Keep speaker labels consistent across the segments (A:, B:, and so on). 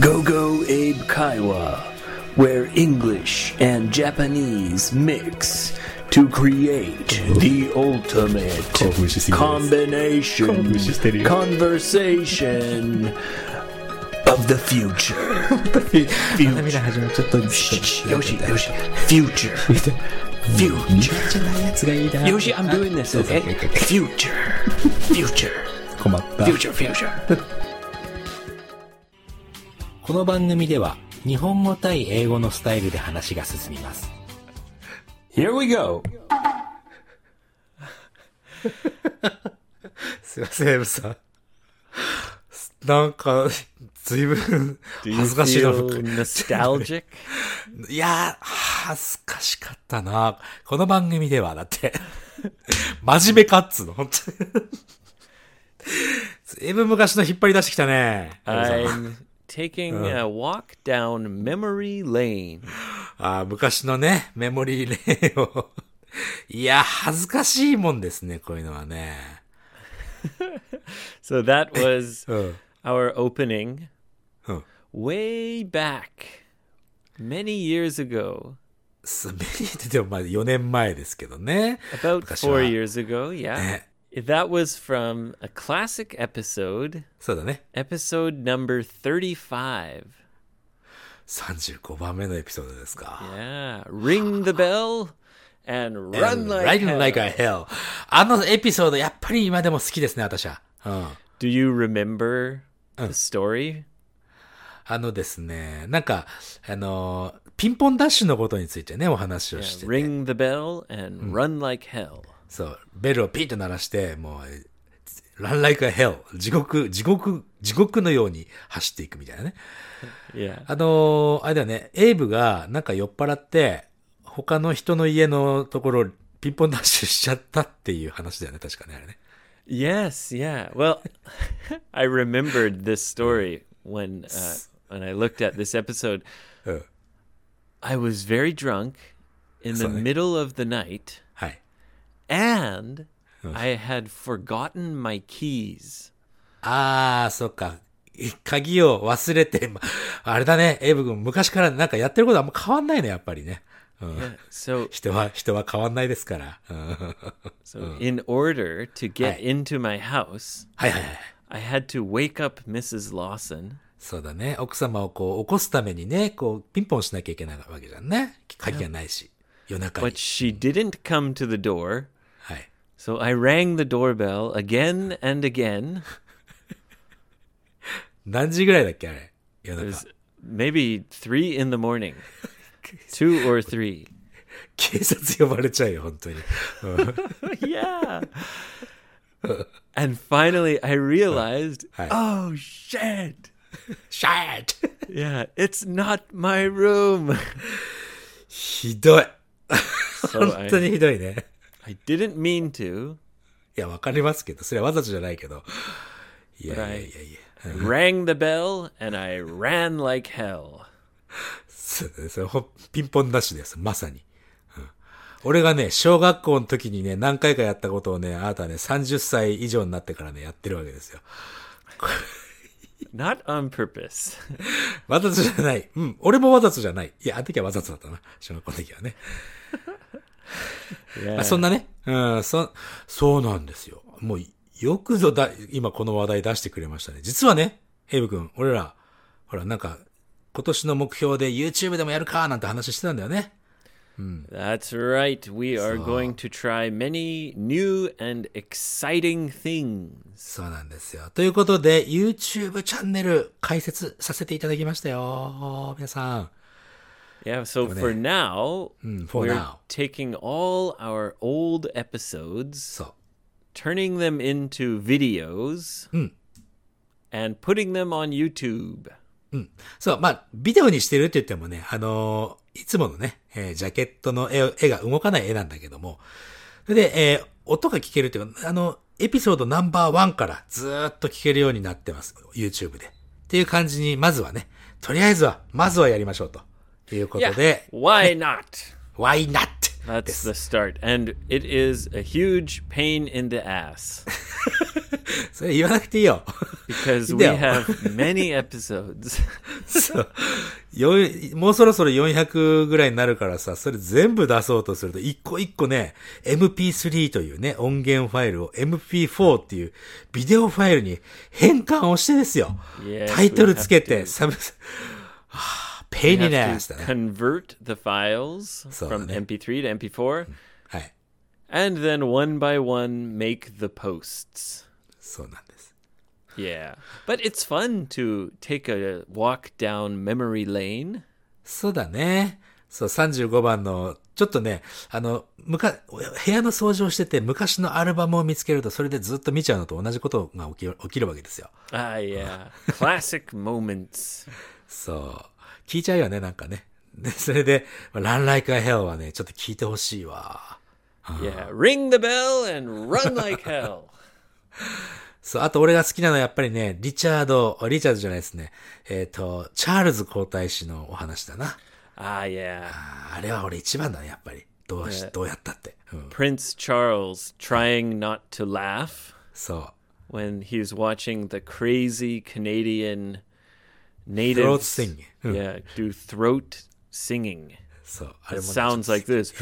A: Go Go Abe Kaiwa, where English and Japanese mix to create the ultimate
B: 興奮しすぎです。興奮してる
A: combination conversation
B: よ。
A: of the future.
B: 涙始まるちょっと よし
A: Yoshi, Yoshi, future, future.
B: やつがいいな
A: Yoshi, I'm doing this, okay? Future, future,
B: 困った
A: future, future.
C: この番組では日本語対英語のスタイルで話が進みます。
A: Here we go.
D: すいません、エブさん。なんか、ずいぶん、恥ずかしいな。
E: nostalgic?
D: いやー、恥ずかしかったな。この番組では、だって、 真面目かっつうの、本当に。ずいぶん昔の引っ張り出してきたね。
E: I'm taking a walk down memory lane.
D: あー昔のね、メモリーレイを。 いや、恥ずかしいもんですね、こういうのはね。
E: So that was
D: うん。
E: our opening
D: Huh.
E: way back many years ago.
D: 滑りってでもまあ4年前ですけどね。
E: About
D: Because,
E: four
D: uh,
E: years ago, yeah.
D: ね
E: That was from a classic episode,
D: そうだね。
E: episode number 35.
D: 35番目のエピソードですか。
E: Yeah. Ring the bell and run
D: Run
E: like,
D: like,
E: hell.
D: a hell. あのエピソード、やっぱり今でも好きですね、私は。うん。
E: Do you remember the story?
D: あのですね、なんか、あの、ピンポンダッシュのことについてね、お話を
E: Yeah,
D: してて、
E: ring the bell and run like hell.
D: そう、ベルをピーッと鳴らして、もう、run like a hell. 地獄、地獄、地獄のように走っていくみたいなね。
E: Yeah.
D: あのーあれだよね、エイブがなんか酔っ払って、他の人の家のところ、ピンポンダッシュしちゃったっていう話だよね、確かね、あれね。
E: Yes, yeah. Well, I remembered this story when uh, when I looked at this episode.
D: Uh.
E: I was very drunk in the
D: Sorry.
E: middle of the night,
D: はい。
E: and I had forgotten my keys.
D: あー、そっか。鍵を忘れて、まあれだね、エイブ君、昔からなんかやってることあんま変わんないね、やっぱりね。うん。
E: So,
D: 人は、人は変わんないですから。うん。はい
E: so in order to get
D: Hi.
E: into my house,
D: はいはい。
E: I had to wake up Mrs. Lawson.
D: そうだね。奥様をこう、起こすためにね、こう、ピンポンしなきゃいけないわけじゃんね。鍵がないし。夜中に
E: But。she didn't come to the door,
D: はい。
E: so I rang the doorbell again and again.
D: 何時ぐらいだっけ、あれ。夜
E: It
D: 中
E: was。maybe three in the morning, two or three.
D: 警察呼ばれちゃうよ、本当に。
E: yeah. and finally, I realized,
D: Hi.
E: oh shit!
D: シャーッ
E: Yeah, it's not my room.
D: ひどい。
E: So
D: 本当
E: I,
D: にひどいね。
E: I didn't mean to.
D: いや、わかりますけど、それはわざとじゃないけど。いやい
E: But
D: や
E: I
D: いやいや。
E: rang the bell and I ran like hell.
D: そうだねそれほピンポンダッシュです。まさに、うん俺がね、小学校の時にね、何回かやったことをね、あなたはね、30歳以上になってからね、やってるわけですよ。
E: Not on purpose.
D: わざとじゃない。うん。俺もわざとじゃない。いや、あの時はわざとだったな。小学校の時はね。ま
E: Yeah.
D: あ、そんなね。うん、そ、そうなんですよ。もう、よくぞだ、今この話題出してくれましたね。実はね、ヘイブ君、俺ら、ほら、なんか、今年の目標で YouTube でもやるかなんて話してたんだよね。
E: That's right. We are going to try many new and exciting things.
D: そうなんですよ。ということで、YouTube チャンネル開設させていただきましたよ。皆さん。
E: Yeah, so for now,
D: for
E: we're
D: now.
E: taking all our old episodes,
D: そ
E: turning them into videos, and putting them on YouTube.
D: う。そう、まあ、ビデオにしてるって言ってもね、あのーいつものね、えージャケットの絵を絵が動かない絵なんだけども、それで、えー音が聞けるっていうか、あの、エピソードナンバーワンからずーっと聞けるようになってます。YouTube で。っていう感じに、まずはね、とりあえずは、まずはやりましょうと。いうこと
E: Yeah,
D: で、
E: why not?
D: Why not?
E: That's the start. And it is a huge pain in the ass.
D: それ言わなくていいよ。
E: because we
D: いいんだよ。
E: have many episodes.
D: そうよいもうそろそろ400ぐらいになるからさ、それ全部出そうとすると、一個一個ね、MP3 というね、音源ファイルを MP4 っていうビデオファイルに変換をしてですよ。
E: Yes,
D: タイトルつけて、
E: we have to.
D: サブス、はぁ、ペイ
E: We
D: ニネ
E: have
D: アス
E: to
D: だね。
E: convert the files
D: そうだね。
E: from MP3 to MP4
D: はい。
E: and then one by one make the posts.
D: そうなんです。
E: Yeah. But it's fun to take a walk down memory lane.
D: そうだね。そう、35番の、ちょっとね、あの、むか、部屋の掃除をしてて、昔のアルバムを見つけると、それでずっと見ちゃうのと同じことが起き起きるわけですよ。
E: Ah, yeah. Classic moments.
D: そう。聞いちゃうよね、なんかね。で、それで、ランライカヘルはね、ちょっと聞いてほしいわ。
E: Yeah. Ring the bell and run like hell.
D: そう、あと俺が好きなのはやっぱりね、リチャード、リチャードじゃないですね。えっ、と、チャールズ皇太子のお話だな。
E: Ah, yeah.
D: ああれは俺一番だね、やっぱり。どうし、どうやったって。うん。
E: Prince Charles trying not to laugh.
D: そう。
E: when he's watching the crazy Canadian natives
D: Throat singing.
E: Yeah, do throat singing.
D: そう。あれ
E: It
D: もね、
E: sounds like this.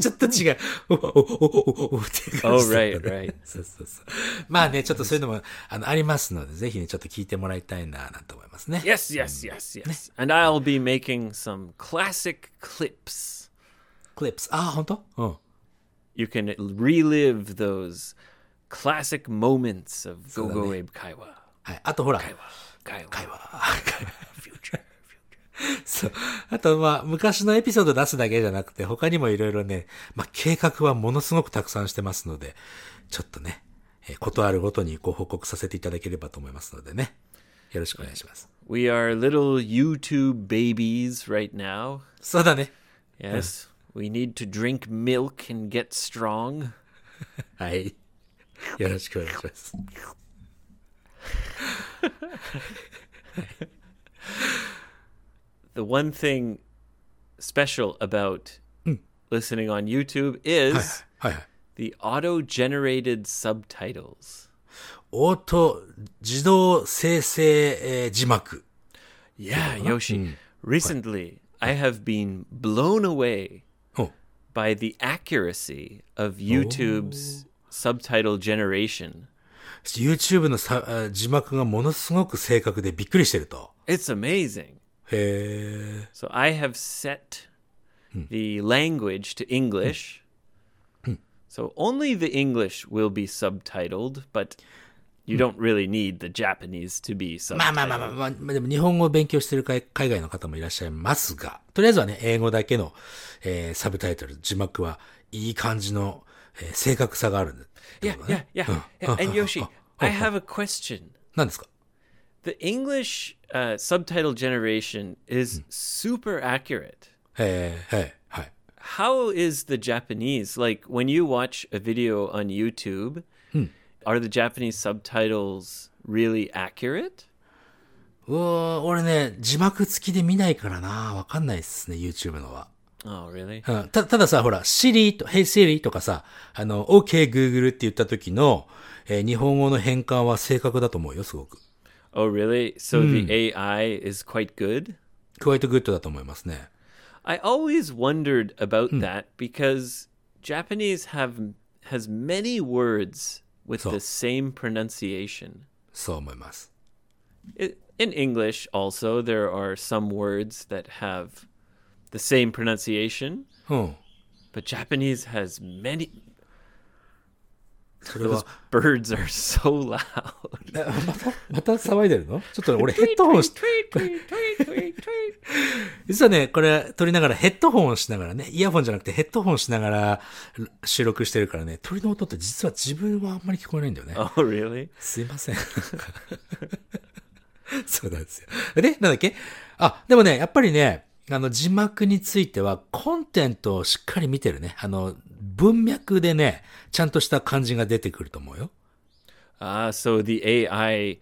D: ちょっと違う。おおおおおっていう感じだった
E: Oh, right, right.
D: そうそうそう。まあね、ちょっとそういうのも、あの、ありますので、ぜひね、ちょっと聞いてもらいたいな、なんて思いますね。
E: Yes, yes, yes, yes. And I'll be making some classic clips.
D: クリップス。ああ、本当うん。
E: You can relive those classic moments of Go Go Abe Kaiwa.
D: はい。あとほら、
E: Kaiwa.
D: 会話。 そう。あと、まあ、昔のエピソード出すだけじゃなくて、他にもいろいろね、まあ、計画はものすごくたくさんしてますので、ちょっとね、えーことあるごとにご報告させていただければと思いますのでね。よろしくお願いします。
E: We are little YouTube babies right now.
D: そうだね。
E: Yes. We need to drink milk and get strong.
D: はい。よろしくお願いします。
E: the one thing special about listening on YouTube is
D: はいはい。
E: the auto generated subtitles.
D: オート自動生成、えー字幕。
E: Yeah, Yoshi. Recently, I have been blown away
D: うん。
E: by the accuracy of YouTube's subtitle generation.
D: YouTube のさあー字幕がものすごく正確でびっくりしてると。
E: It's amazing.
D: へえ。
E: So I have set the language to English. So only the English will be subtitled, but you don't really need the Japanese to be
D: まあまあまあまあ
E: subtitled.
D: まあ、まあでも日本語を勉強してる海海外の方もいらっしゃいますが、とりあえずはね、英語だけの、えーサブタイトル、字幕はいい感じの、えー正確さがあるんで。
E: Yeah, yeah, yeah. yeah. And Yoshi, I have a question.
D: 何ですか
E: The English uh, subtitle generation is super accurate.
D: へえ、へえ、はい。
E: How is the Japanese? Like when you watch a video on YouTube, are the Japanese subtitles really accurate?
D: うー俺ね、字幕付きで見ないからな、わかんないっすね、YouTube のは。
E: Oh, really?
D: うん、たたださ、ほら、Siri と、Hey Siri とかさ、あの、OK Google って言った時の、えー日本語の変換は正確だと思うよ、すごく。
E: Oh, really? So the AI is quite good?
D: quite good だと思いますね。
E: I always wondered about that because Japanese have has many words with
D: So-
E: the same pronunciation.
D: そう思います。
E: It, in English also there are some words that have the same pronunciation,
D: うん。
E: but Japanese has many
D: それ
E: those
D: は、
E: birds are so loud.
D: また騒いでるのちょっと俺ヘッドホンし、実はね、これ撮りながらヘッドホンをしながらね、イヤホンじゃなくてヘッドホンしながら収録してるからね、鳥の音って実は自分はあんまり聞こえないんだよね。
E: oh really?
D: すいません。そうなんですよ。で、なんだっけあ、でもね、やっぱりね、あの、字幕については、コンテンツをしっかり見てるね。あの、文脈でね、ちゃんとした感じが出てくると思うよ。
E: Ah, so the AI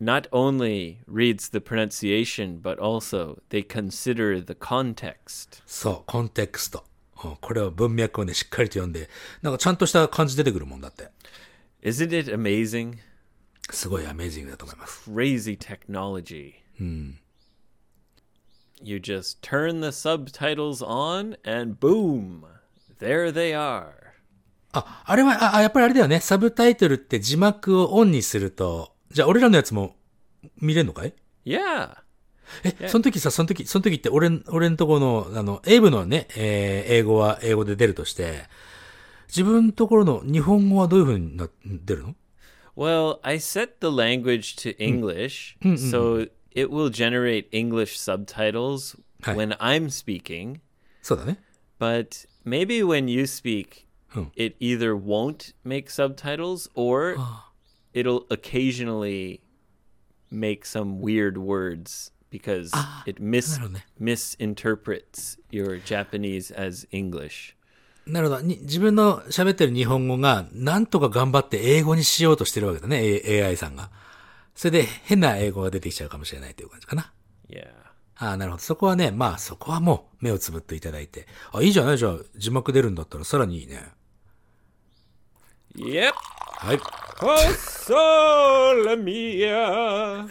E: not only reads the pronunciation, but also they consider the context.
D: そう、コンテクスト。うんこれは文脈をね、しっかりと読んで、なんかちゃんとした感じ出てくるもんだって。
E: Isn't it amazing?
D: すごいアメージングだと思います。
E: Crazy technology. You just turn the subtitles on and boom, there they are.
D: あ、あれは、あ、あやっぱりあれだよね。サブタイトルって字幕をオンにすると、じゃあ俺らのやつも見れるのかい
E: Yeah.
D: え、その時さ、その時、その時って俺ん、俺のとこの、あの、エイブのね、えー英語は英語で出るとして、自分のところの日本語はどういう風にな、出るの
E: Well, I set the language to English, so it will generate English subtitles
D: Hi.
E: when I'm speaking,
D: そうだね。
E: but maybe when you speak,
D: Hmm.
E: it either won't make subtitles or it'll occasionally make some weird words because it mis-
D: narrowne.
E: misinterprets your Japanese as English.
D: なるほど。に自分の喋ってる日本語が、なんとか頑張って英語にしようとしてるわけだね、A- AI さんが。それで変な英語が出てきちゃうかもしれないという感じかな。
E: Yeah.
D: ああ、なるほど。そこはね、まあそこはもう目をつぶっていただいて。あ、いいじゃないじゃあ字幕出るんだったらさらにいいね。
E: Yep.
D: はい。
E: Oh, sola mia.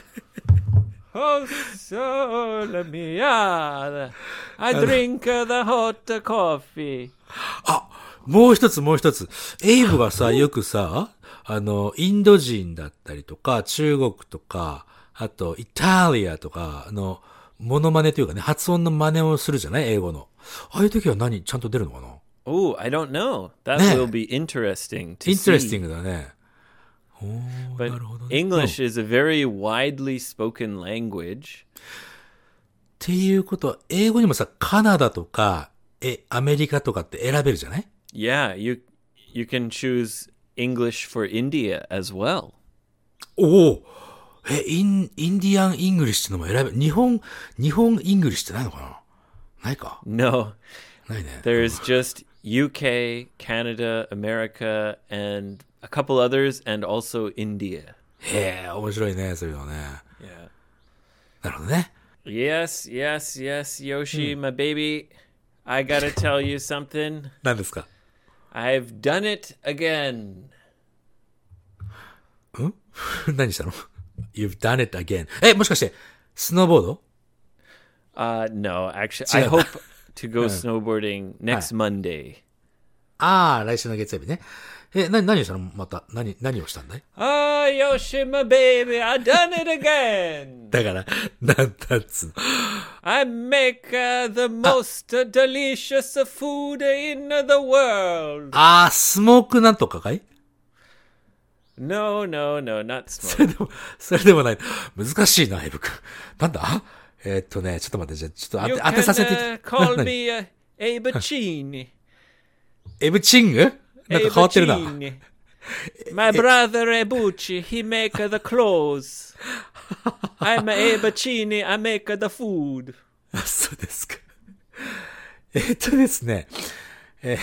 E: Oh, sola mia. I drink uh, the hot coffee.
D: もう一つもう一つ。エイブがさ、よくさ、あの、インド人だったりとか、中国とか、あと、イタリアとか、あの、モノマネというかね、発音の真似をするじゃない英語の。ああいう時は何ちゃんと出るのかな
E: Oh, I don't know. That
D: Yeah.
E: will be interesting to
D: インテレステ
E: see.
D: ィングだね。おー
E: But
D: なるほどね。
E: English is a very widely spoken language.
D: っていうことは、英語にもさ、カナダとか、え、アメリカとかって選べるじゃない
E: Yeah, you you can choose English for India as well.
D: おおえ、イン、インディアン・イングリッシュってのも選べる。日本、日本イングリッシュってないのかなないか。
E: No,
D: ないね。
E: There's just UK, Canada, America, and a couple others, and also India.
D: へえ、面白いね、そういうのね。
E: Yeah.
D: なるほどね。
E: Yes, yes, yes, Yoshi, my baby. I gotta tell you something.
D: 何ですか
E: I've done it again.
D: 何したの ?You've done it again. え、もしかして、スノーボード
E: Uh, no, actually, I
D: Yeah.
E: hope to go snowboarding next Monday.
D: ああ、来週の月曜日ね。え、な、何をしたのまた、何、何をしたんだい
E: Ah, Yoshi, my baby, I done it again.
D: だから、なんだっつうの。
E: I make uh, the most delicious food in the world.
D: ああ、スモークなんとかかい
E: No, no, no, not
D: それ
E: smoke.
D: でも、 それでもない。難しいな、エブ君。なんだえーっとね、ちょっと待って、じゃあ、ちょっ
E: You
D: と当て、当てさせ
E: can
D: て
E: uh,
D: な
E: call
D: 何
E: me uh, a Bacini.
D: エブチングなんか
E: A
D: 変わってるな。
E: Bacini. My brother Ebucci, he make uh, the clothes. I'm a Bacini, I make uh, the food.
D: そうですか。 えっとですね。え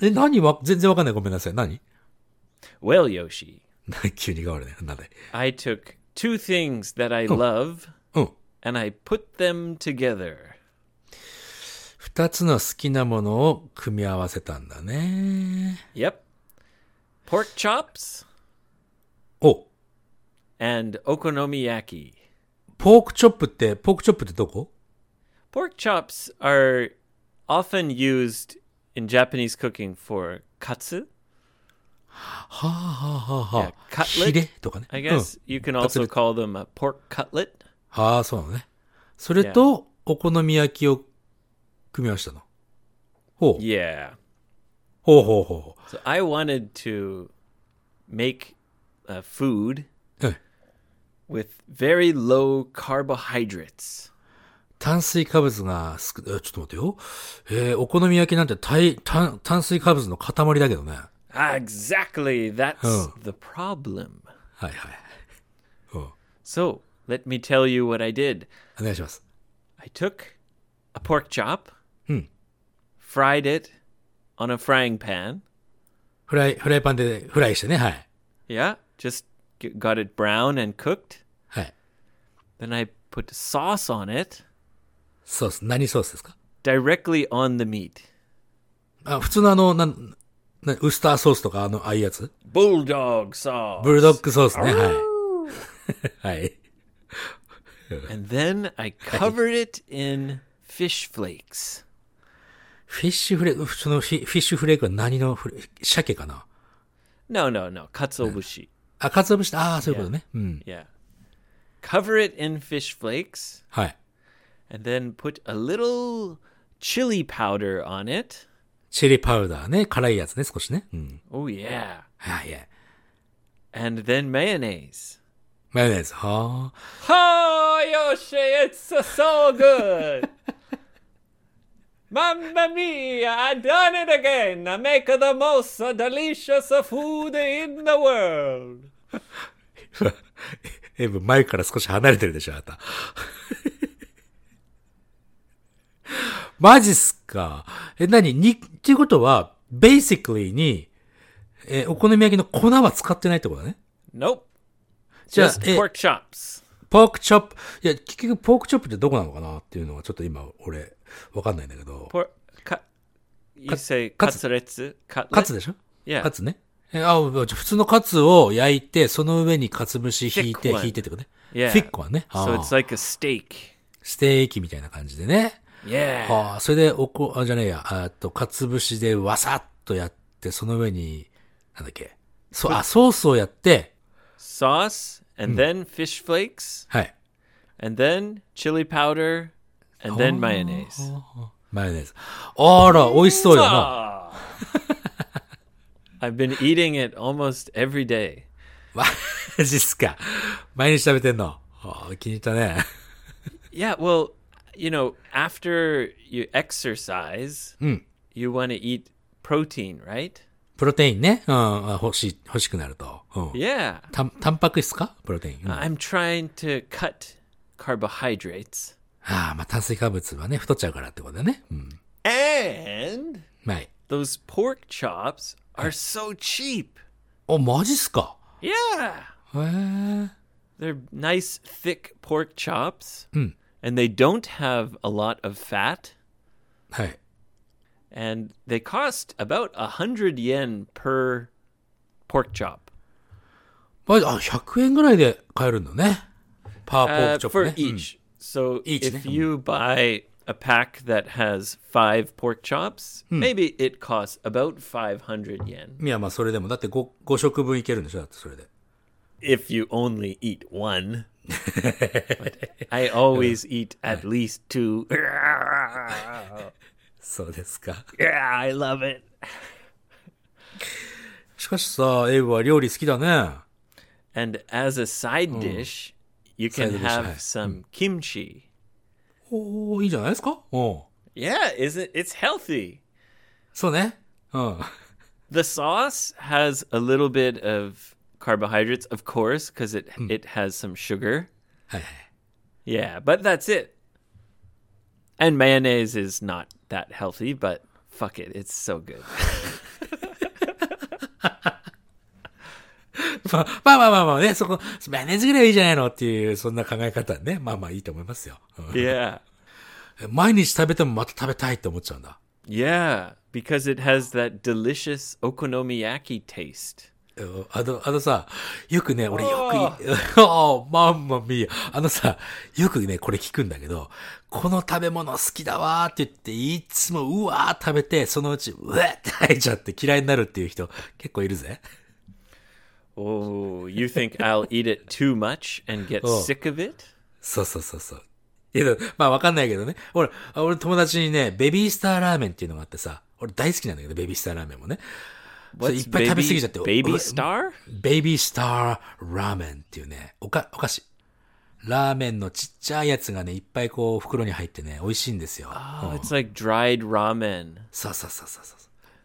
D: ー、え、何わ、全然わかんない。ごめんなさい。何
E: Well, Yoshi,
D: 急に変わるね。なんだい
E: I took two things that I love
D: うん。
E: and I put them together.
D: 二つの好きなものを組み合わせたんだね。
E: Yep. Pork chops
D: お、
E: and okonomiyaki.
D: ポークチョップって、ポークチョップってどこ
E: Pork chops are often used in Japanese cooking for katsu.
D: はあはあはあはあ。
E: いや cutlet
D: ヒレとかね。
E: I guess
D: うん
E: you can
D: Cutlet.
E: also call them a pork cutlet.
D: はあ、そうなのね。それと、お好み焼きを組み合わせたの。ほう。
E: Yeah.
D: ほうほうほうほ
E: So I wanted to make a food
D: Huh.
E: with very low carbohydrates.
D: う。炭水化物が少、えちょっと待ってよ。えーお好み焼きなんて大炭炭水化物の塊だけどね。は
E: Ah, exactly. That's
D: Huh.
E: the problem.
D: いはい。うん。お
E: So let me tell you what I did.
D: 願いします。
E: I took a pork chop,
D: Hmm.
E: fried it on a frying pan.
D: フライ、フライパンでフライしてね。はい。
E: Yeah, just g got it brown and cooked.
D: はい。
E: Then I put sauce on it
D: ソース、何ソースですか
E: directly on the meat.
D: あ普通のあの、なん、なウスターソースとか、あの、ああいうやつ
E: Bulldog sauce.
D: ブルドッグソースね、はい。 はい。
E: And then I covered it in fish flakes.
D: フィッシュフレーク、普通のフィフィッシュフレークは何のフレ鮭かな
E: No, no, no. Katsuobushi.
D: あ、かつお節、ああ、そういうことね。うん。
E: Yeah. Cover it in fish flakes
D: はい。
E: and then put a little chili powder on it.
D: チリパウダーね、辛いやつね、少しね。うん。
E: Oh, yeah.
D: はい、はい。
E: And then mayonnaise.
D: マヨネーズ、はあ。
E: Oh, Yoshi, it's so good. Mamma mia, I done it again. I make the most delicious food in the world.
D: エイブ、前から少し離れてるでしょ、あなた。 マジっすか。え、何に、っていうことは、basically に、えーお好み焼きの粉は使ってないってことだね。
E: Nope.
D: じゃあ
E: Just、
D: え、
E: pork chops.
D: ポークチョップ。いや、結局ポークチョップってどこなのかなっていうのはちょっと今、俺、わかんないんだけど。
E: Pork. Ka- you say
D: katsu.
E: katsuretsu. Cutlet?
D: カツでしょ
E: Yeah.
D: カツね。え、あ、じゃあ普通のカツを焼いて、その上にカツ節引いて、
E: Thick one.
D: 引いてってことね。
E: Yeah.
D: フィックはね。あ
E: So
D: ー
E: it's like a steak.
D: ステーキみたいな感じでね。
E: Yeah.
D: ああ、それで、おこ、あ、じゃねえや、あーっと、かつぶしでわさっとやって、その上に、なんだっけ、そう、あ、ソースをやって、
E: Sauce and then fish flakes
D: はい、
E: and then chili powder and then mayonnaise.
D: マヨネーズ。あら、美味しそう
E: Oh,
D: やな。
E: I've been eating it almost every day.
D: マジっすか。毎日食べてんの。あー気に入った ね。
E: Yeah, well, you know, after you exercise, you want to eat protein, right?
D: プロテインね。うん、あ欲しい、欲しくなると。うん。
E: Yeah.
D: たん、タンパク質かプロテイン。うん、あ
E: I'm trying to cut carbohydrates.
D: あ、まあ、炭水化物はね、太っちゃうからってことだね。うん。
E: And
D: はい。
E: those pork chops are so cheap.
D: お、マジっすか。
E: Yeah.
D: へえ。
E: They're nice, thick pork chops. And they don't have a lot of fat.
D: はい。
E: And they cost about a 100 yen per pork chop
D: まジあ、100円ぐらいで買えるんだね。パワーポー
E: uh,
D: クチョッ
E: for
D: プね。うん
E: each.
D: hmm.
E: So
D: Each,
E: if
D: yeah.
E: you buy a pack that has five pork chops,
D: Hmm.
E: maybe it costs about 500 yen
D: いや、まあそれでも。だって 5, 5食分いけるんでしょだってそれで。
E: if you only eat one. But I always eat at least two. yeah,
D: そうですか。
E: I love it.
D: しかしさ、エイブは料理好きだね。
E: And as a side dish, you can
D: Hmm. Side dish,
E: have
D: yeah. Hmm.
E: some kimchi.
D: おおいいじゃないですかうん。
E: Yeah, isn't it's healthy.
D: そうね。うん。
E: The sauce has a little bit of carbohydrates, of course, because it it has some sugar. yeah, but that's it. And mayonnaise is not that healthy, but fuck it, it's so good.
D: まあまあまあまあまあね、そこ、マヨネーズぐらいはいいじゃないのっていう、そんな考え方ね。まあまあいいと思いますよ。うん
E: yeah,
D: 毎日食べてもまた食べたいって思っちゃうんだ。
E: yeah, because it has that delicious okonomiyaki taste.
D: うんあの、あのさ、よくね、俺よくい、 ああ、まんまみや。あのさ、よくね、これ聞くんだけど、この食べ物好きだわーって言って、いつもうわー食べて、そのうち、うわーって吐いちゃって嫌いになるっていう人結構いるぜ。
E: Oh, you think I'll eat it too much and get
D: Oh.
E: sick of it?
D: そうそうそうそう。いや、まあわかんないけどね。俺、あ俺友達にね、ベビースターラーメンっていうのがあってさ、俺大好きなんだけど、ベビースターラーメンもね。それい
E: What's
D: っぱい食べ過ぎ
E: baby,
D: ちゃって、う
E: baby
D: わ
E: star?
D: ベイビースターラーメンっていうね、おか、お菓子。ラーメンのちっちゃいやつがね、いっぱいこう袋に入ってね、美味しいんですよ。
E: Oh, it's like dried ramen.
D: そうそうそうそうそう。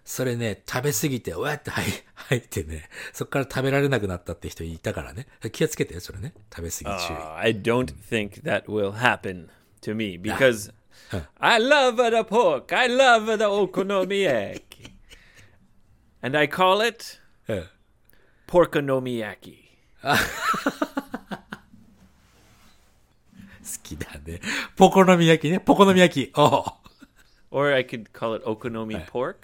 D: それね、食べすぎて、うわって入入ってね、そっから食べられなくなったって人いたからね。気をつけてよ、それね。食べ過ぎ注意。
E: Uh, I don't think that will happen to me because I love the pork. I love the okonomiyaki. and I call it
D: Yeah.
E: porkonomiyaki.
D: 好きだね。ポコのみ焼きね。ポコのみ焼き。おう
E: Or I could call it okonomi pork.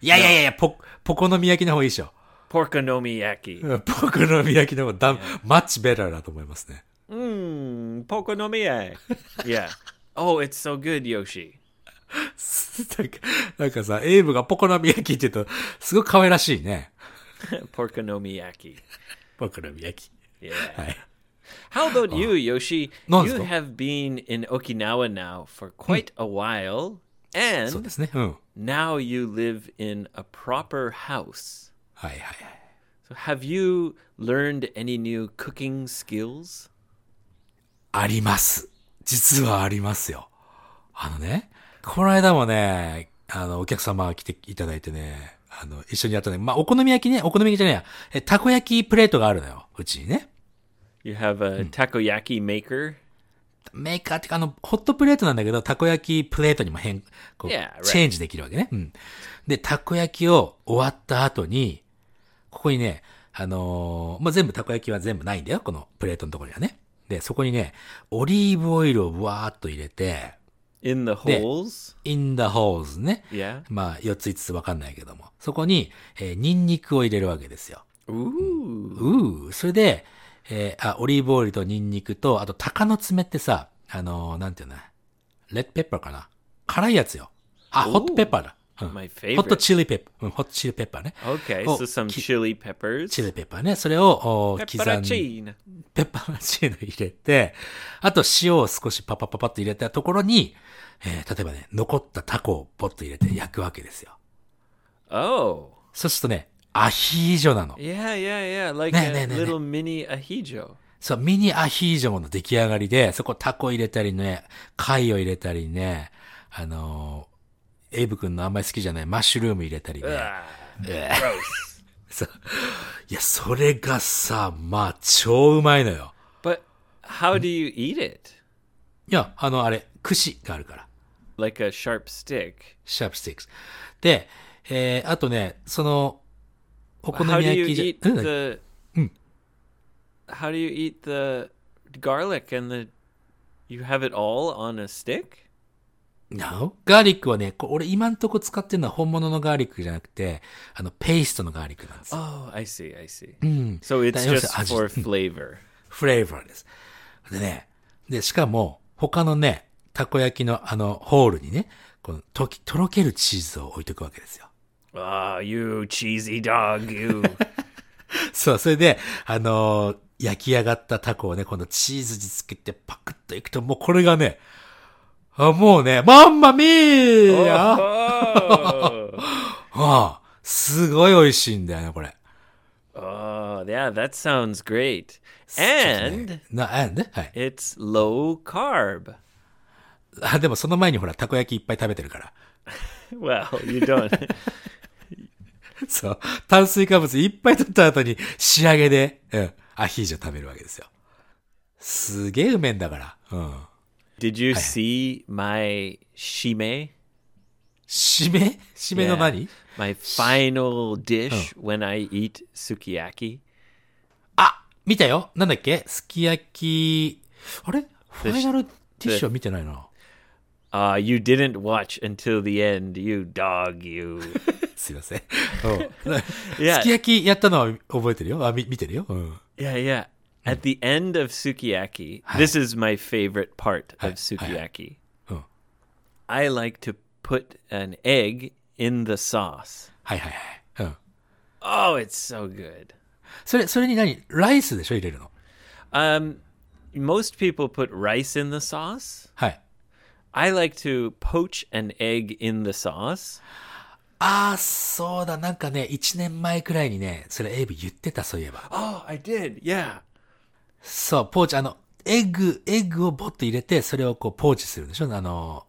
D: いやいやいやいや、ポ、ポコのみ焼きの方がいいでしょ。
E: Porkonomiyaki.
D: うんポコのみ焼きの方がダン、マッチベラーだと思いますね。
E: Mmm, Porkonomiyaki. yeah. Oh, it's so good, Yoshi.
D: なんかなんかさ、エイブがポコのみ焼きって言うと、すごく可愛らしいね。
E: Porkonomiyaki.
D: ポコのみ焼き。
E: Yeah.
D: はい。
E: How about you, Yoshi? You
D: 何ですか？
E: have been in Okinawa now for quite a while,
D: そうで
E: and
D: すね。うん。
E: now you live in a proper house.
D: はいはいはい。
E: So have you learned any new cooking skills?
D: あります。実はありますよ。あのね、この間もね、あの、お客様来ていただいてね、あの、一緒にやったね。まあ、お好み焼きね、お好み焼きじゃねえや。え、たこ焼きプレートがあるのよ。うちにね。
E: You have a takoyaki maker.
D: メーカーっていうか、あの、ホットプレートなんだけど、たこ焼きプレートにも変、こう、
E: Yeah, right.
D: チェンジできるわけね。うん。で、たこ焼きを終わった後に、ここにね、あのーまあ、全部たこ焼きは全部ないんだよ。このプレートのところにはね。で、そこにね、オリーブオイルをぶわーっと入れて、
E: In the
D: Yeah.
E: holes?
D: in the holes ね。
E: Yeah.
D: まあ、4つ5つわかんないけども。そこに、えーニンニクを入れるわけですよ。
E: Ooh.
D: うー。それで、えーあ、オリーブオイルとニンニクと、あと、鷹の爪ってさ、あのーなんていうのレッドペッパーかな辛いやつよ。あ、ホットペッパーだ。うん、
E: My
D: ホット
E: favorite.
D: チリペッパー。うん、ホットチリペッパーね。
E: Okay,
D: を
E: so some
D: き
E: chili peppers.
D: チリペッパーね。それを、おー刻んで。
E: Pepperoncino.
D: ペッパーマチーノ入れて、あと塩を少しパパパパッと入れたところに、えー例えばね、残ったタコをポッと入れて焼くわけですよ。
E: Oh.
D: そうするとね、アヒージョなの。
E: Yeah, yeah, yeah. Like
D: Ne,
E: a
D: ne, ne, ne.
E: little mini ahijo.
D: そう、ミニアヒージョの出来上がりで、そこタコ入れたりね、貝を入れたりね、あのーエイブ君のあんまり好きじゃないマッシュルーム入れたりね。
E: Gross.
D: そういや、それがさ、まあ、超うまいのよ。
E: But how do you eat it?
D: いや、あの、あれ、串があるから。
E: Like a sharp stick.
D: シャープスティックス。で、えー、あとね、その、お好
E: How
D: み
E: do
D: 焼
E: you
D: きじ
E: eat
D: ゃ、うん、
E: the How do you eat the garlic and the you have it all on a stick?
D: No? ガーリックはね、こ俺今んとこ使ってるのは本物のガーリックじゃなくて、あの、ペーストのガーリックなんですよ。
E: Oh, I see, I see. So it's
D: That also
E: just
D: adds-
E: for flavor.
D: フレーバーです。でね、で、しかも、他のね、たこ焼きのあの、ホールにね、この、とき、とろけるチーズを置いとくわけですよ。
E: Ah, you cheesy dog, you.
D: そう、それで、あのー焼き上がったタコをね、このチーズにつけてパクッといくと、もうこれがね、あもうね、まんまみーやあ
E: oh.
D: あ、すごい美味しいんだよね、これ。
E: Oh, yeah, that sounds great.
D: ちょっ
E: And
D: とねな、あね、はい。
E: it's low carb.
D: あ、でもその前にほら、たこ焼きいっぱい食べてるから。
E: Well, you don't.
D: そう。炭水化物いっぱい取った後に仕上げで、うん、アヒージョ食べるわけですよ。すげえうめえんだから。うん。
E: Did you see my shime?
D: 締め締めの
E: Yeah.
D: 何
E: My final dish when I eat sukiyaki.
D: あ見たよなんだっけすき焼き、あれファイナルティッシュは見てないな。
E: Ah, you didn't watch until the end, you dog, you.
D: すいません。うん
E: い
D: す
E: や
D: き焼きやったのは覚えてるよあ、み見てるようん。
E: Yeah, yeah. At the end of sukiyaki, this is my favorite part of sukiyaki.
D: Oh.
E: I like to put an egg in the sauce.
D: はいはいはい。うん。
E: Oh, it's so good.
D: それ、それに何ライスでしょ入れるの。
E: Um, most people put rice in the sauce.
D: はい。
E: I like to poach an egg in the sauce.
D: ああ、そうだ。なんかね、1年前くらいにね、それエイブ言ってた、そういえば。
E: Oh, I did. Yeah.
D: そう、ポーチ、あの、エッグ、エッグをボッと入れて、それをこうポーチするんでしょあの、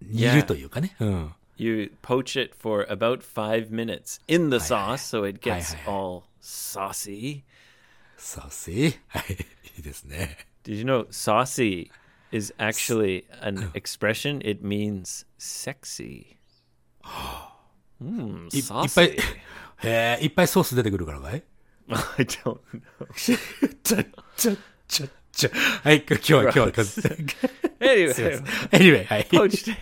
D: 煮るというかね。うん。
E: You poach it for about five minutes in the sauce, so it gets
D: hi.
E: all saucy.
D: ソースーはい。いいですね。
E: Did you know saucy is actually an expression? It means sexy. Mm,
D: いいっぱ
E: saucy.
D: い、へえ、いっぱいソース出てくるからかい
E: I don't know.
D: ちゃ、ちゃ、ちゃ、ちゃ。はい、今日は、今日は、 今日はすい
E: Anyway,
D: ません anyway, はい。
E: poached egg.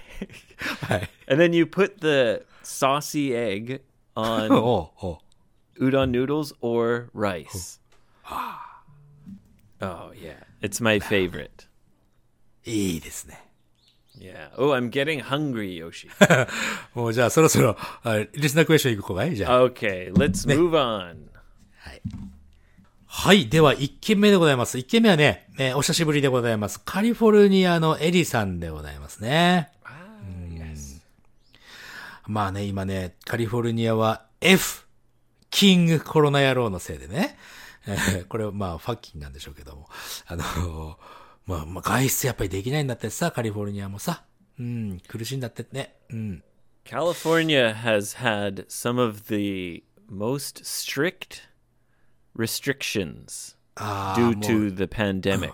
D: はい。
E: And then you put the saucy egg
D: お
E: on
D: おうおう
E: udon noodles or rice.
D: Ah.
E: Oh yeah, it's my favorite.
D: いいですね。
E: Yeah. Oh, I'm getting hungry, Yoshi.
D: もうじゃあそろそろ、あリスナークエスチョン行く子がいいじゃあ。
E: Okay, let's move on.
D: はい。では、1件目でございます。1件目はね、えーお久しぶりでございます。カリフォルニアのエリさんでございますね。うんまあね、今ね、カリフォルニアは F、キングコロナ野郎のせいでね。えーこれはまあ、ファッキンなんでしょうけども。あの、まあ、まあ、外出やっぱりできないんだってさ、カリフォルニアもさ。うん、苦しいんだってね。うん。
E: California has had some of the most strict restrictions
D: あーも
E: due
D: う
E: to the pandemic.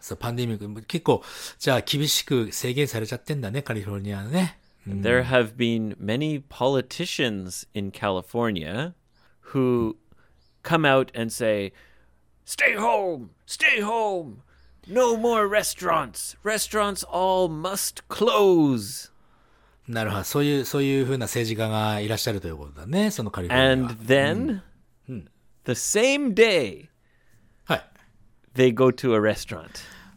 D: そう、パンデミック、結構、じゃあ厳しく制限されちゃってんだね、カリフォルニアのね。
E: There have been many politicians in California who come out and say, Stay home, stay home, no more restaurants, restaurants all must close.
D: なるほど。そういう、そういうふうな政治家がいらっしゃるということだね、そのカリフォルニア
E: And
D: は。
E: then the same day,
D: はい。
E: they go to a restaurant,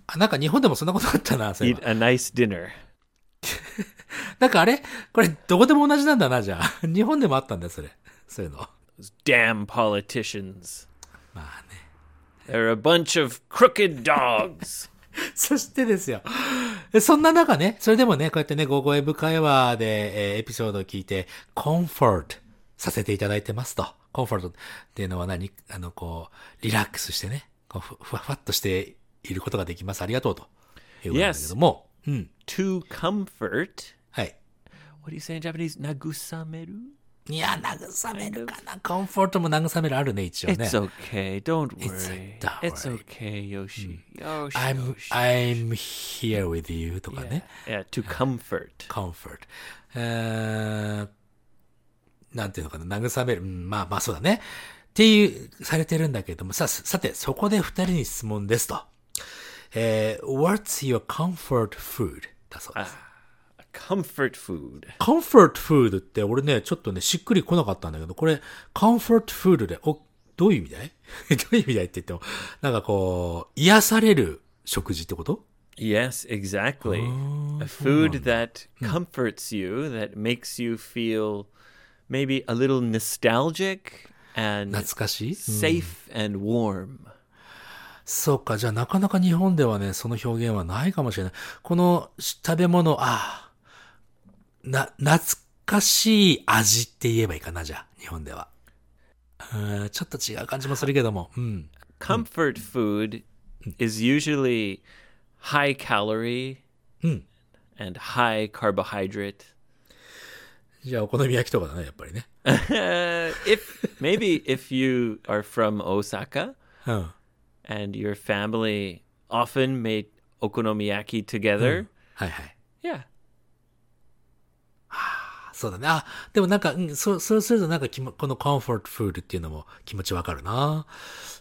D: あ、なんか日本でもそんなことあったな、それ
E: eat a nice dinner.
D: なんかあれこれ、どこでも同じなんだな、じゃあ。 日本でもあったんだよ、それ。そういうの。
E: Damn politicians. They're a bunch of crooked dogs.
D: そしてですよ。そんな中ね、それでもね、こうやってね、ゴーゴーエブ会話で、えーエピソードを聞いて、コンフォートさせていただいてますと。コンフォートっていうのは何あの、こう、リラックスしてね、こうふふわふわっとしていることができます。ありがとうと。いうことなんだけども。うん。
E: to comfort.
D: はい。
E: What do you say in Japanese? Nagusameru?
D: いや、慰めるかな。 コンフォートも慰めるあるね、一応ね。
E: It's okay. Don't worry. It's, Hmm.
D: don't worry.
E: okay, Yoshi. Yoshi.
D: I'm,
E: Yoshi.
D: I'm here with you とか
E: yeah.
D: ね。
E: yeah, to comfort.
D: comfort. えーなんていうのかな、慰める。うんまあまあそうだね。っていう、されてるんだけれども、さ、さて、そこで二人に質問ですと。えー what's your comfort food? だそうです。
E: A comfort food.
D: comfort food って俺ね、ちょっとね、しっくり来なかったんだけど、これ、comfort food で、お、どういう意味だい どういう意味だいって言っても、なんかこう、癒される食事ってこと
E: Yes, exactly. a food that comforts you, that makes you feel maybe a little nostalgic and
D: 懐かしい、
E: safe and warm.
D: そうか、じゃあなかなか日本ではね、その表現はないかもしれない。このし食べ物、ああ、な、懐かしい味って言えばいいかな、じゃあ、日本では。うーんちょっと違う感じもするけども。うん。
E: comfort food is usually high calorie and high carbohydrate.
D: じゃあ、お好み焼きとかだね、やっぱりね。
E: Uh, if maybe if you are from Osaka
D: うん。
E: and your family often made okonomiyaki together,
D: はいはい。
E: yeah,
D: あそうだね。あ、でもなんか、うん、そう、そうするとなんか気も、このコンフォートフードっていうのも気持ちわかるな。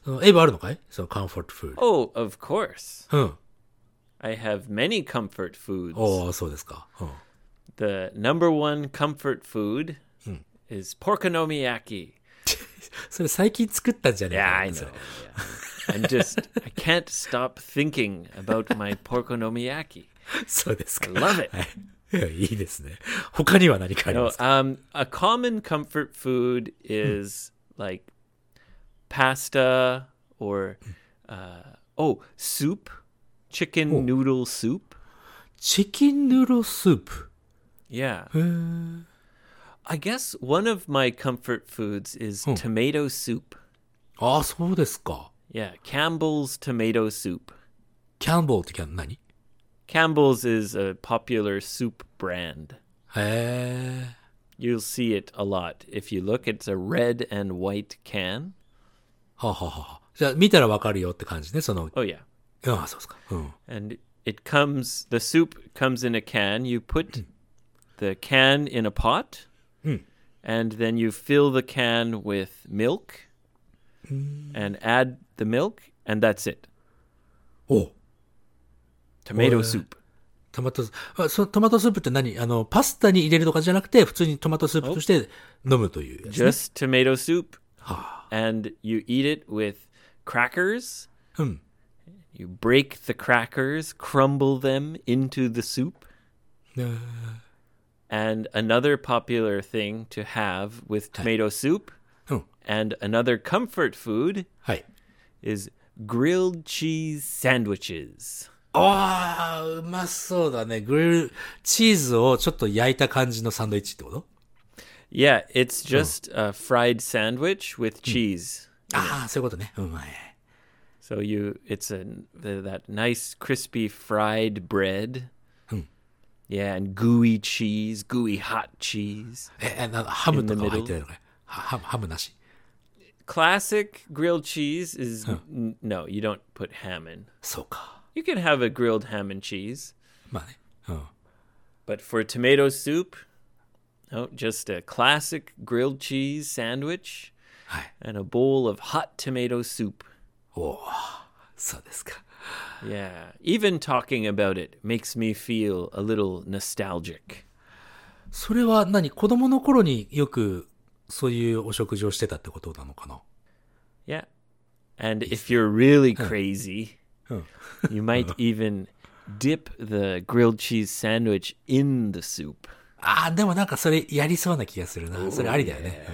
D: うん、エイブあるのかいそのコンフォートフード。
E: oh, of course,
D: うん。
E: I have many comfort foods.
D: おおそうですか。うん。
E: The number one comfort food is porkonomiyaki.
D: それ最近作ったんじゃねえか
E: Yeah,
D: な
E: I
D: そ
E: know.
D: れ
E: yeah. I'm just I can't stop thinking about my porkonomiyaki.
D: そうですか。
E: I love it.
D: はい。いやいいですね。他には何かあり
E: No,
D: ますか
E: um, a common comfort food is like pasta or uh, oh soup, chicken noodle soup.
D: チキンヌードルスープ。
E: Yeah. I guess one of my comfort foods is tomato soup.
D: ああ、そうですか。
E: Yeah, Campbell's tomato soup.
D: キャンボーってキャン、何へ
E: Campbell's is a popular soup brand.
D: え。
E: You'll see it a lot. If you look, it's a red and white can.
D: はあ、はあはあ、じゃあ、見たらわかるよって感じね、その、
E: Oh, yeah.
D: うん、ああそうですか。うん。
E: And it comes, the soup comes in a can. You put the can in a pot, and then you fill the can with milk and add the milk, and that's it.
D: おう Well,
E: Tomato soup.
D: トトマトスープ。あそのトマトスープって何あの、パスタに入れるとかじゃなくて、普通にトマトスープとして飲むというやつね。
E: Just tomato soup. and you eat it with crackers.
D: Hmm.
E: You break the crackers, crumble them into the soup. And another popular thing to have with tomato soup
D: Hmm.
E: and another comfort food
D: はい。
E: is grilled cheese sandwiches.
D: ああ、うまそうだね。グリル、チーズをちょっと焼いた感じのサンドイッチってこと
E: Yeah, it's just a fried sandwich with cheese.
D: ああ、そういうことね。うまい。
E: So you, it's a th- that nice crispy fried bread. Yeah, and gooey cheese, gooey hot cheese.
D: え、えなハムとか
E: In
D: は入
E: the middle
D: ってないのかねはハム、ハムなし。
E: Classic grilled cheese is n- no, you don't put ham in.
D: そうか。
E: You can have a grilled ham and cheese,
D: まあね。うん。
E: but for tomato soup, no, just a classic grilled cheese sandwich
D: はい。
E: and a bowl of hot tomato soup.
D: そうですか。
E: Yeah, even talking about it makes me feel a little nostalgic.
D: それは何子供の頃によくそういうお食事をしてたってことなのかな
E: Yeah. And if you're really crazy, you might even dip the grilled cheese sandwich in the soup.
D: ああ、でもなんかそれやりそうな気がするな。それありだよね。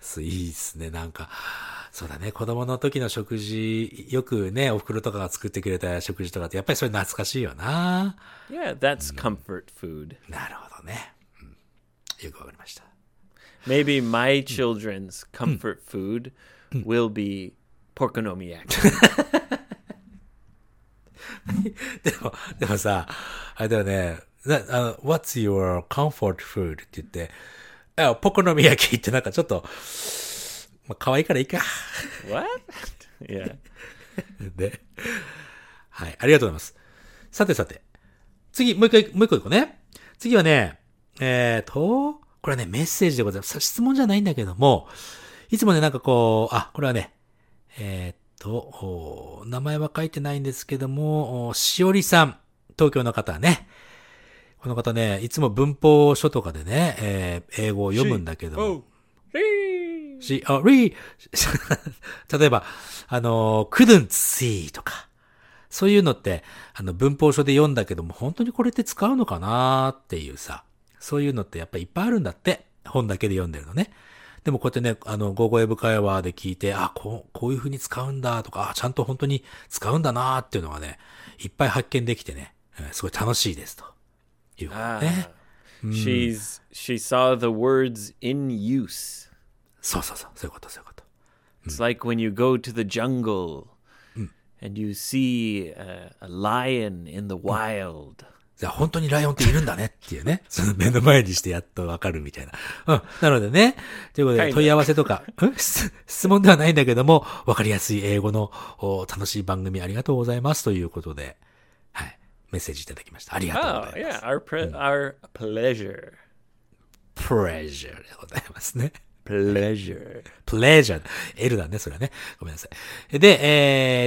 D: す いいっすね。なんか、そうだね。子供の時の食事、よくね、お袋とかが作ってくれた食事とかって、やっぱりそれ懐かしいよな。
E: Yeah, that's comfort food.
D: なるほどね。うん、よくわかりました。
E: Maybe my children's comfort food will be porkonomiyak.
D: でも、でもさ、あれだよね、なあの What's your comfort food? って言って、あポコのみ焼きってなんかちょっと、まあ、可愛いからいいか。
E: what? yeah.
D: で、はい、ありがとうございます。さてさて、次、もう一回、もう一個行こうね。次はね、えーと、これはね、メッセージでございます。さ質問じゃないんだけども、いつもね、なんかこう、あ、これはね、えーっと、お名前は書いてないんですけども、おしおりさん、東京の方ね。この方ね、いつも文法書とかでね、えー英語を読むんだけども。し、あ、リー 例えば、あの、クドゥンツィーとか、そういうのって、あの、文法書で読んだけども、本当にこれって使うのかなっていうさ、そういうのってやっぱいっぱいあるんだって、本だけで読んでるのね。でもこうやってね、あの、ゴーゴーエブ会話で聞いて、あ、こう、こういう風に使うんだとか、あ、ちゃんと本当に使うんだなっていうのがね、いっぱい発見できてね、えーすごい楽しいですと。いうことね
E: Ah.。She's she saw the words in use.
D: そうそうそう、そういうこと、そういうこと。
E: It's like when you go to the jungle and you see a, a lion in the wild.
D: じゃあ本当にライオンっているんだねっていうね。 その目の前にしてやっとわかるみたいな。うん。なのでね。ということ
E: は
D: で、
E: い
D: 問い合わせとか、うん質質問ではないんだけども、わかりやすい英語のお楽しい番組ありがとうございますということで、はい。メッセージいただきました。ありがとうございます。
E: Oh, our pre- our pleasure.
D: pleasure でございますね。
E: Pleasure.
D: pleasure。L だね、それはね。ごめんなさい。で、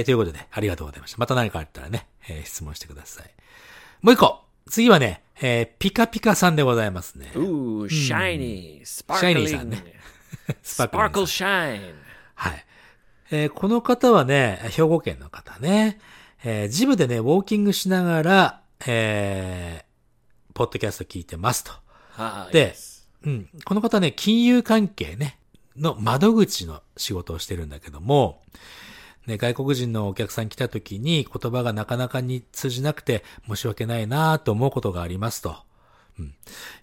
D: えー、ということで、ありがとうございました。また何かあったらね、えー質問してください。もう一個。次はね、えー、ピカピカさんでございますね。
E: Ooh, Hmm. shiny,
D: Shiny
E: sparkling.
D: さんね。スパークリングさん
E: Sparkle shine.
D: はい。えーこの方はね、兵庫県の方ね、えージムでね、ウォーキングしながら、えーポッドキャスト聞いてますと。
E: Ah,
D: で
E: yes.、
D: うん、この方ね、金融関係ね、の窓口の仕事をしてるんだけども、ね、外国人のお客さん来た時に言葉がなかなかに通じなくて申し訳ないなと思うことがありますと。うん。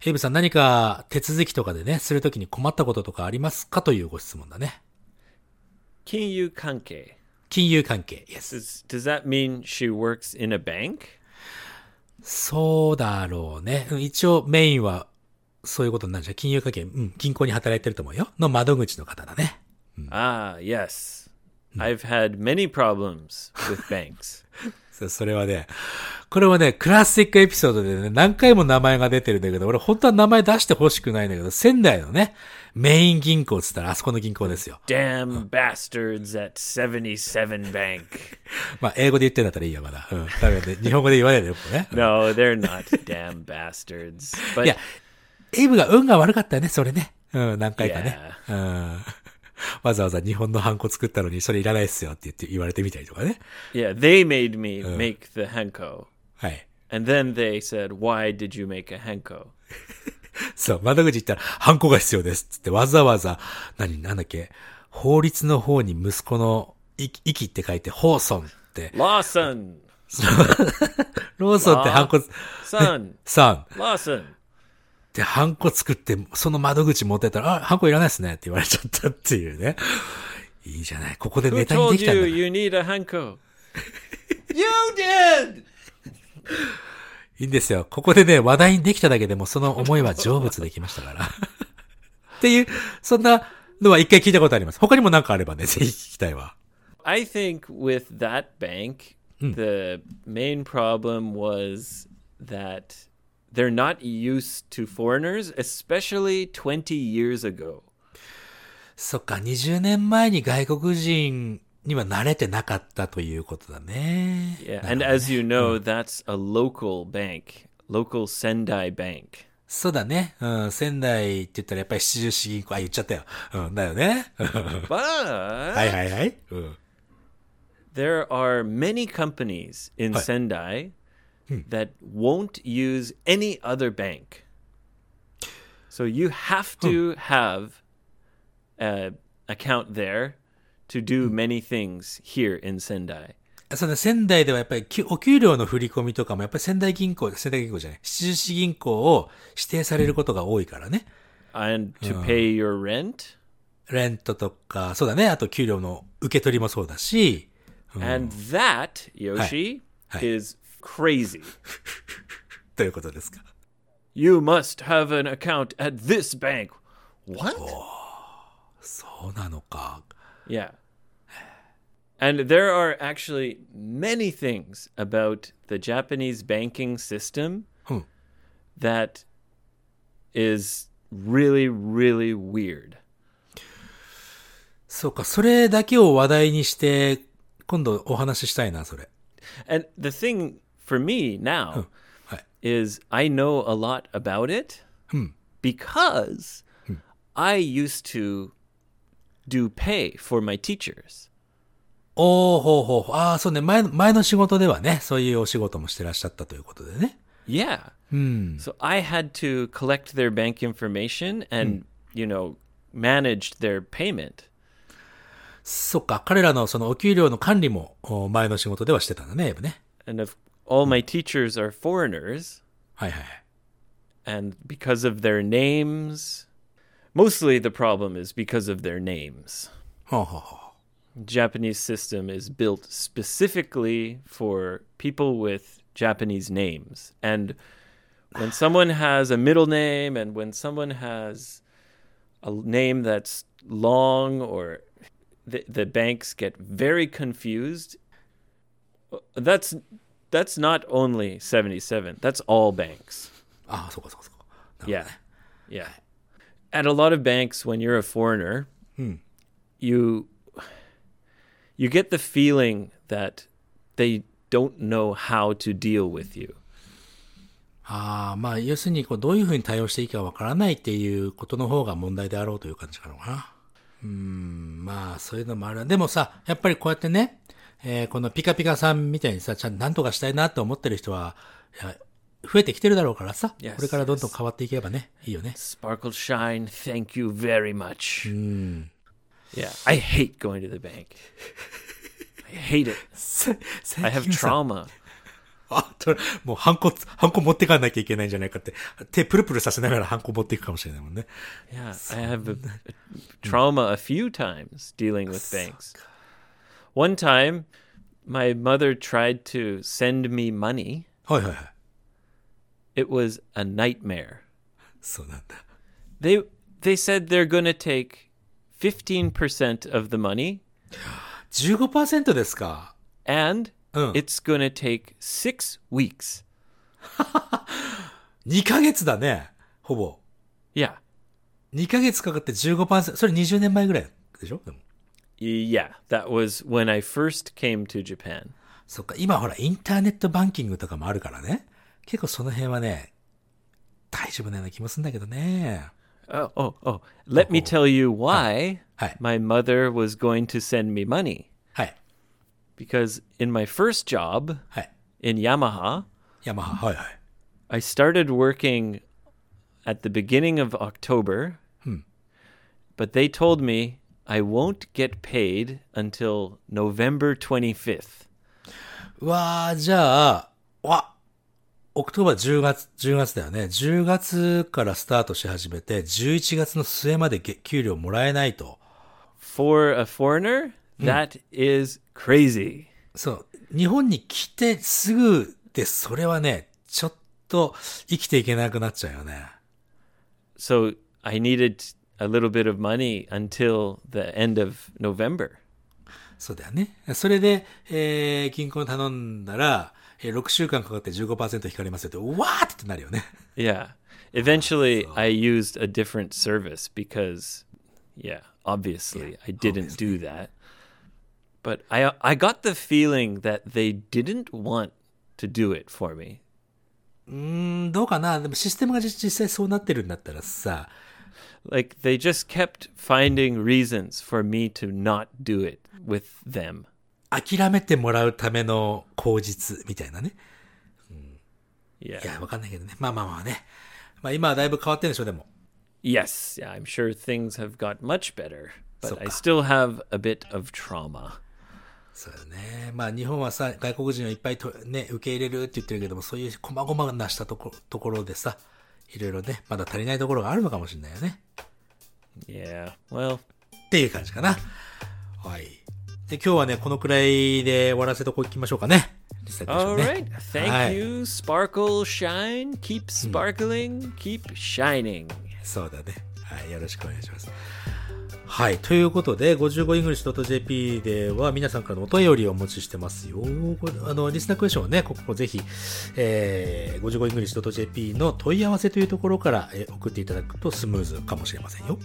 D: エイブさん何か手続きとかでね、するときに困ったこととかありますかというご質問だね。
E: Kinyu Kanke.
D: 金融関係、Yes
E: Does, does that mean she works in a bank?
D: そうだろうね。うん一応メインはそういうことになるじゃん。金融関係、うん、銀行に働いてると思うよ。の窓口の方だね。
E: Ah, yes. I've had many problems with banks.
D: そうそれはね、これはね、クラシックエピソードでね、何回も名前が出てるんだけど、俺本当は名前出してほしくないんだけど、仙台のね、メイン銀行っつったらあそこの銀行ですよ。
E: Damn bastards at 77 Bank.
D: まあ、英語で言ってんだったらいいよ、まだ。うん。ダメだね。日本語で言わないでよ、もうね。
E: No, they're not damn bastards. But
D: いや、エイブが運が悪かったよね、それね。うん、何回かね。うん。 わざわざ日本のハンコ作ったのに、それいらないっすよって言って言われてみたりとかね。
E: yeah, they made me make the Henko.
D: はい。
E: And then they said, Why did you make a Henko?
D: そう、窓口行ったら、ハンコが必要です。つって、わざわざ、何、なんだっけ、法律の方に息子の、い、息って書いて、ホーソンって、
E: Lawson!
D: ローソンってハンコ、
E: Son!
D: さん、
E: Lawson!
D: で、ハンコ作って、その窓口持ってったら、あ、ハンコいらないですねって言われちゃったっていうね。いいじゃない。ここで
E: Who
D: ネタにで
E: told
D: きたんだ
E: you
D: から。い
E: you need a Henko? you did!
D: いんですよ。ここでね、話題にできただけでも、その思いは成仏できました から。っていう、そんなのは一回聞いたことあります。他にも何かあればね、ぜひ聞きたいわ。
E: I think with that bank, the main problem was that they're not used to foreigners, especially 20 years ago.
D: そっか、20年前に外国人には慣れてなかったということだね。
E: Yeah. And as you know, that's a local bank, local Sendai bank.
D: そうだね。うん、仙台って言ったらやっぱり七十四銀行、あ、言っちゃったよ。うん、だよね。
E: But
D: はいはいはい。うん。
E: there are many companies in
D: Hi. Hmm.
E: Sendai that won't use any other bank. So you have to have an account there to do
D: Hmm.
E: many things here in Sendai.
D: その仙台ではやっぱりきゅお給料の振り込みとかもやっぱり仙台銀行、仙台銀行じゃない、七十四銀行を指定されることが多いからね。
E: And to pay your rent.
D: レントとか、そうだね。あと給料の受け取りもそうだし、
E: And that, Yoshi,
D: Hi.
E: is crazy.
D: ということですか。
E: You must have an account at this bank. What?
D: そうなのか。
E: Yeah. And there are actually many things about the Japanese banking system
D: Hmm.
E: that is really, really weird.
D: そうか、それだけを話題にして、今度お話ししたいな、それ。
E: And the thing for me now
D: Hi. Hmm.
E: is I know a lot about it because I used to do pay for my teachers.
D: おー、ほうほうほう。ああ、そうね。前の、前の仕事ではね、そういうお仕事もしてらっしゃったということでね。
E: Yeah. So I had to collect their bank information and, you know, managed their payment.
D: そっか、彼らのそのお給料の管理も、お前の仕事ではしてたんだね、エイブね。
E: And if all my teachers are foreigners,
D: はいはいはい。
E: and because of their names, mostly the problem is because of their names.
D: ほうほうほう。
E: Japanese system is built specifically for people with Japanese names. And when someone has a middle name and when someone has a l- name that's long or the, the banks get very confused. Uh, That's that's not only 77. That's all banks.
D: ああ、そうかそうかそうか。なるほど
E: Yeah. Yeah. At a lot of banks when you're a foreigner, you you get the feeling that they don't know how to deal with you.
D: ああ、まあ、要するに、こう、どういうふうに対応していいかわからないっていうことの方が問題であろうという感じかな。うーん、まあ、そういうのもある。でもさ、やっぱりこうやってね、えーこのピカピカさんみたいにさ、ちゃんとなんとかしたいなと思ってる人は、いや増えてきてるだろうからさ、
E: Yes,
D: これからどんどん変わっていけばね、いいよね。
E: Sparkle Shine, thank you very much. Yeah, I hate going to the bank. I hate it.
D: 最
E: I have trauma.
D: あ、ともうハンコ、ハンコ持ってかなきゃいけないんじゃないかって、手プルプルさせながらハンコ持っていくかもしれないもんね。
E: Yeah, I have a, a trauma a few times dealing with banks. One time, my mother tried to send me money.
D: はいはいはい。
E: It was a nightmare.
D: そうなんだ。
E: They they said they're going to take 15% of the money
D: 15%ですか
E: and it's gonna take six weeks.
D: 2ヶ月だね。ほぼ。
E: Yeah.
D: 2ヶ月かかって15%。それ20年前ぐらいでしょでも。
E: Yeah, that was when I first came to Japan.
D: そっか、今ほら、インターネットバンキングとかもあるからね。結構その辺はね、大丈夫なような気もするんだけどね。
E: Oh, oh, oh. Let me tell you why
D: Hi.
E: my mother was going to send me money.
D: はい。
E: Because in my first job
D: はい。
E: in Yamaha,
D: ヤマハ、はいはい。
E: I started working at the beginning of October, but they told me I won't get paid until November 25th.
D: うわー、じゃあ、わ、オクトーバー10月、10月だよね。10月からスタートし始めて、11月の末までげ給料もらえないと。
E: For a foreigner, that is crazy.
D: そう。日本に来てすぐで、それはね、ちょっと生きていけなくなっちゃうよね。
E: So I needed a little bit of money until the end of November.
D: そうだよね。それで、えー、銀行に頼んだら、えー6週間かかって15%引かれますよって、うわーってなるよね。
E: Yeah. Eventually, I used a different service because, yeah, obviously, I didn't do that. But I I got the feeling that they didn't want to do it for me.
D: うん、どうかなでもシステムが実実際そうなってるんだったらさ、
E: Like they just kept finding reasons for me to not do it with them.
D: 諦めてもらうための口実みたいなね。い
E: Yeah.
D: や、わかんないけどね。まあまあまあね。まあ今はだいぶ変わってるんでしょ、でも。
E: Yes. Yeah, I'm sure things have got much better, but I
D: Soka.
E: still have a bit of trauma.
D: そうだよね。まあ日本はさ、外国人をいっぱいと、ね、受け入れるって言ってるけども、そういう細々なしたとこところでさ、いろいろね、まだ足りないところがあるのかもしれないよね。
E: Yeah. Well,
D: っていう感じかな。はい。で、今日はね、このくらいで終わらせておきましょうかね。リセットしよ
E: All
D: うね
E: right. Thank
D: はい
E: you, Sparkle Shine. Keep sparkling. Keep shining.
D: そうだね。はい、よろしくお願いします。はい、ということで、55english.jp では皆さんからのお便りをお持ちしてますよ。これあの、リスナークエスチョンをね、ここぜひ、えー、55english.jp の問い合わせというところから、えー送っていただくとスムーズかもしれませんよ。うん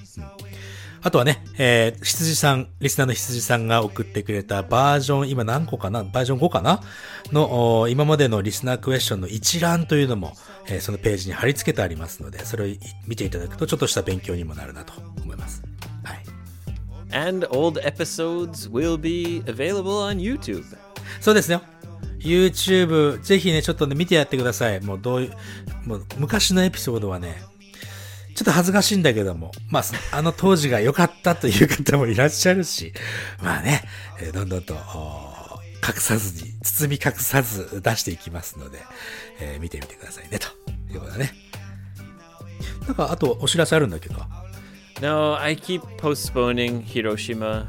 D: あとはね、えー、羊さん、リスナーの羊さんが送ってくれたバージョン、今何個かなバージョン5かなの、おー今までのリスナークエスチョンの一覧というのも、えーそのページに貼り付けてありますので、それをい見ていただくとちょっとした勉強にもなるなと思います。はい。
E: And old episodes will be available on YouTube.
D: そうですね。YouTube、ぜひね、ちょっとね、見てやってください。もうどういう、もう昔のエピソードはね、ちょっと恥ずかしいんだけども、まあ、そあの当時が良かったという方もいらっしゃるし、まあね、えーどんどんと、おー隠さずに、包み隠さず出していきますので、えー見てみてくださいね、ということだね。なんか、あとお知らせあるんだっけど。
E: No, I keep postponing Hiroshima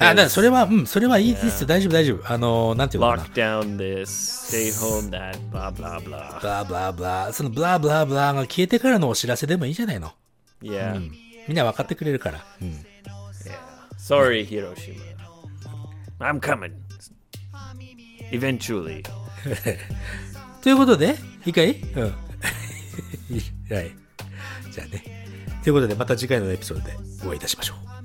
D: あ、だから
E: because
D: それは、うん、それはいいですよ。大丈夫、大丈夫。あのーなんていうのかな。
E: lockdown this, stay home that, blah, blah, blah.
D: ブラブラブラ、そのブラブラブラが消えてからのお知らせでもいいじゃないの。
E: Yeah.
D: みんな分かってくれるから。
E: Sorry, Hiroshima. I'm coming. Eventually.
D: ということで、いいかいうん。 はい。じゃあね。ということで、また次回のエピソードでお会いいたしましょう。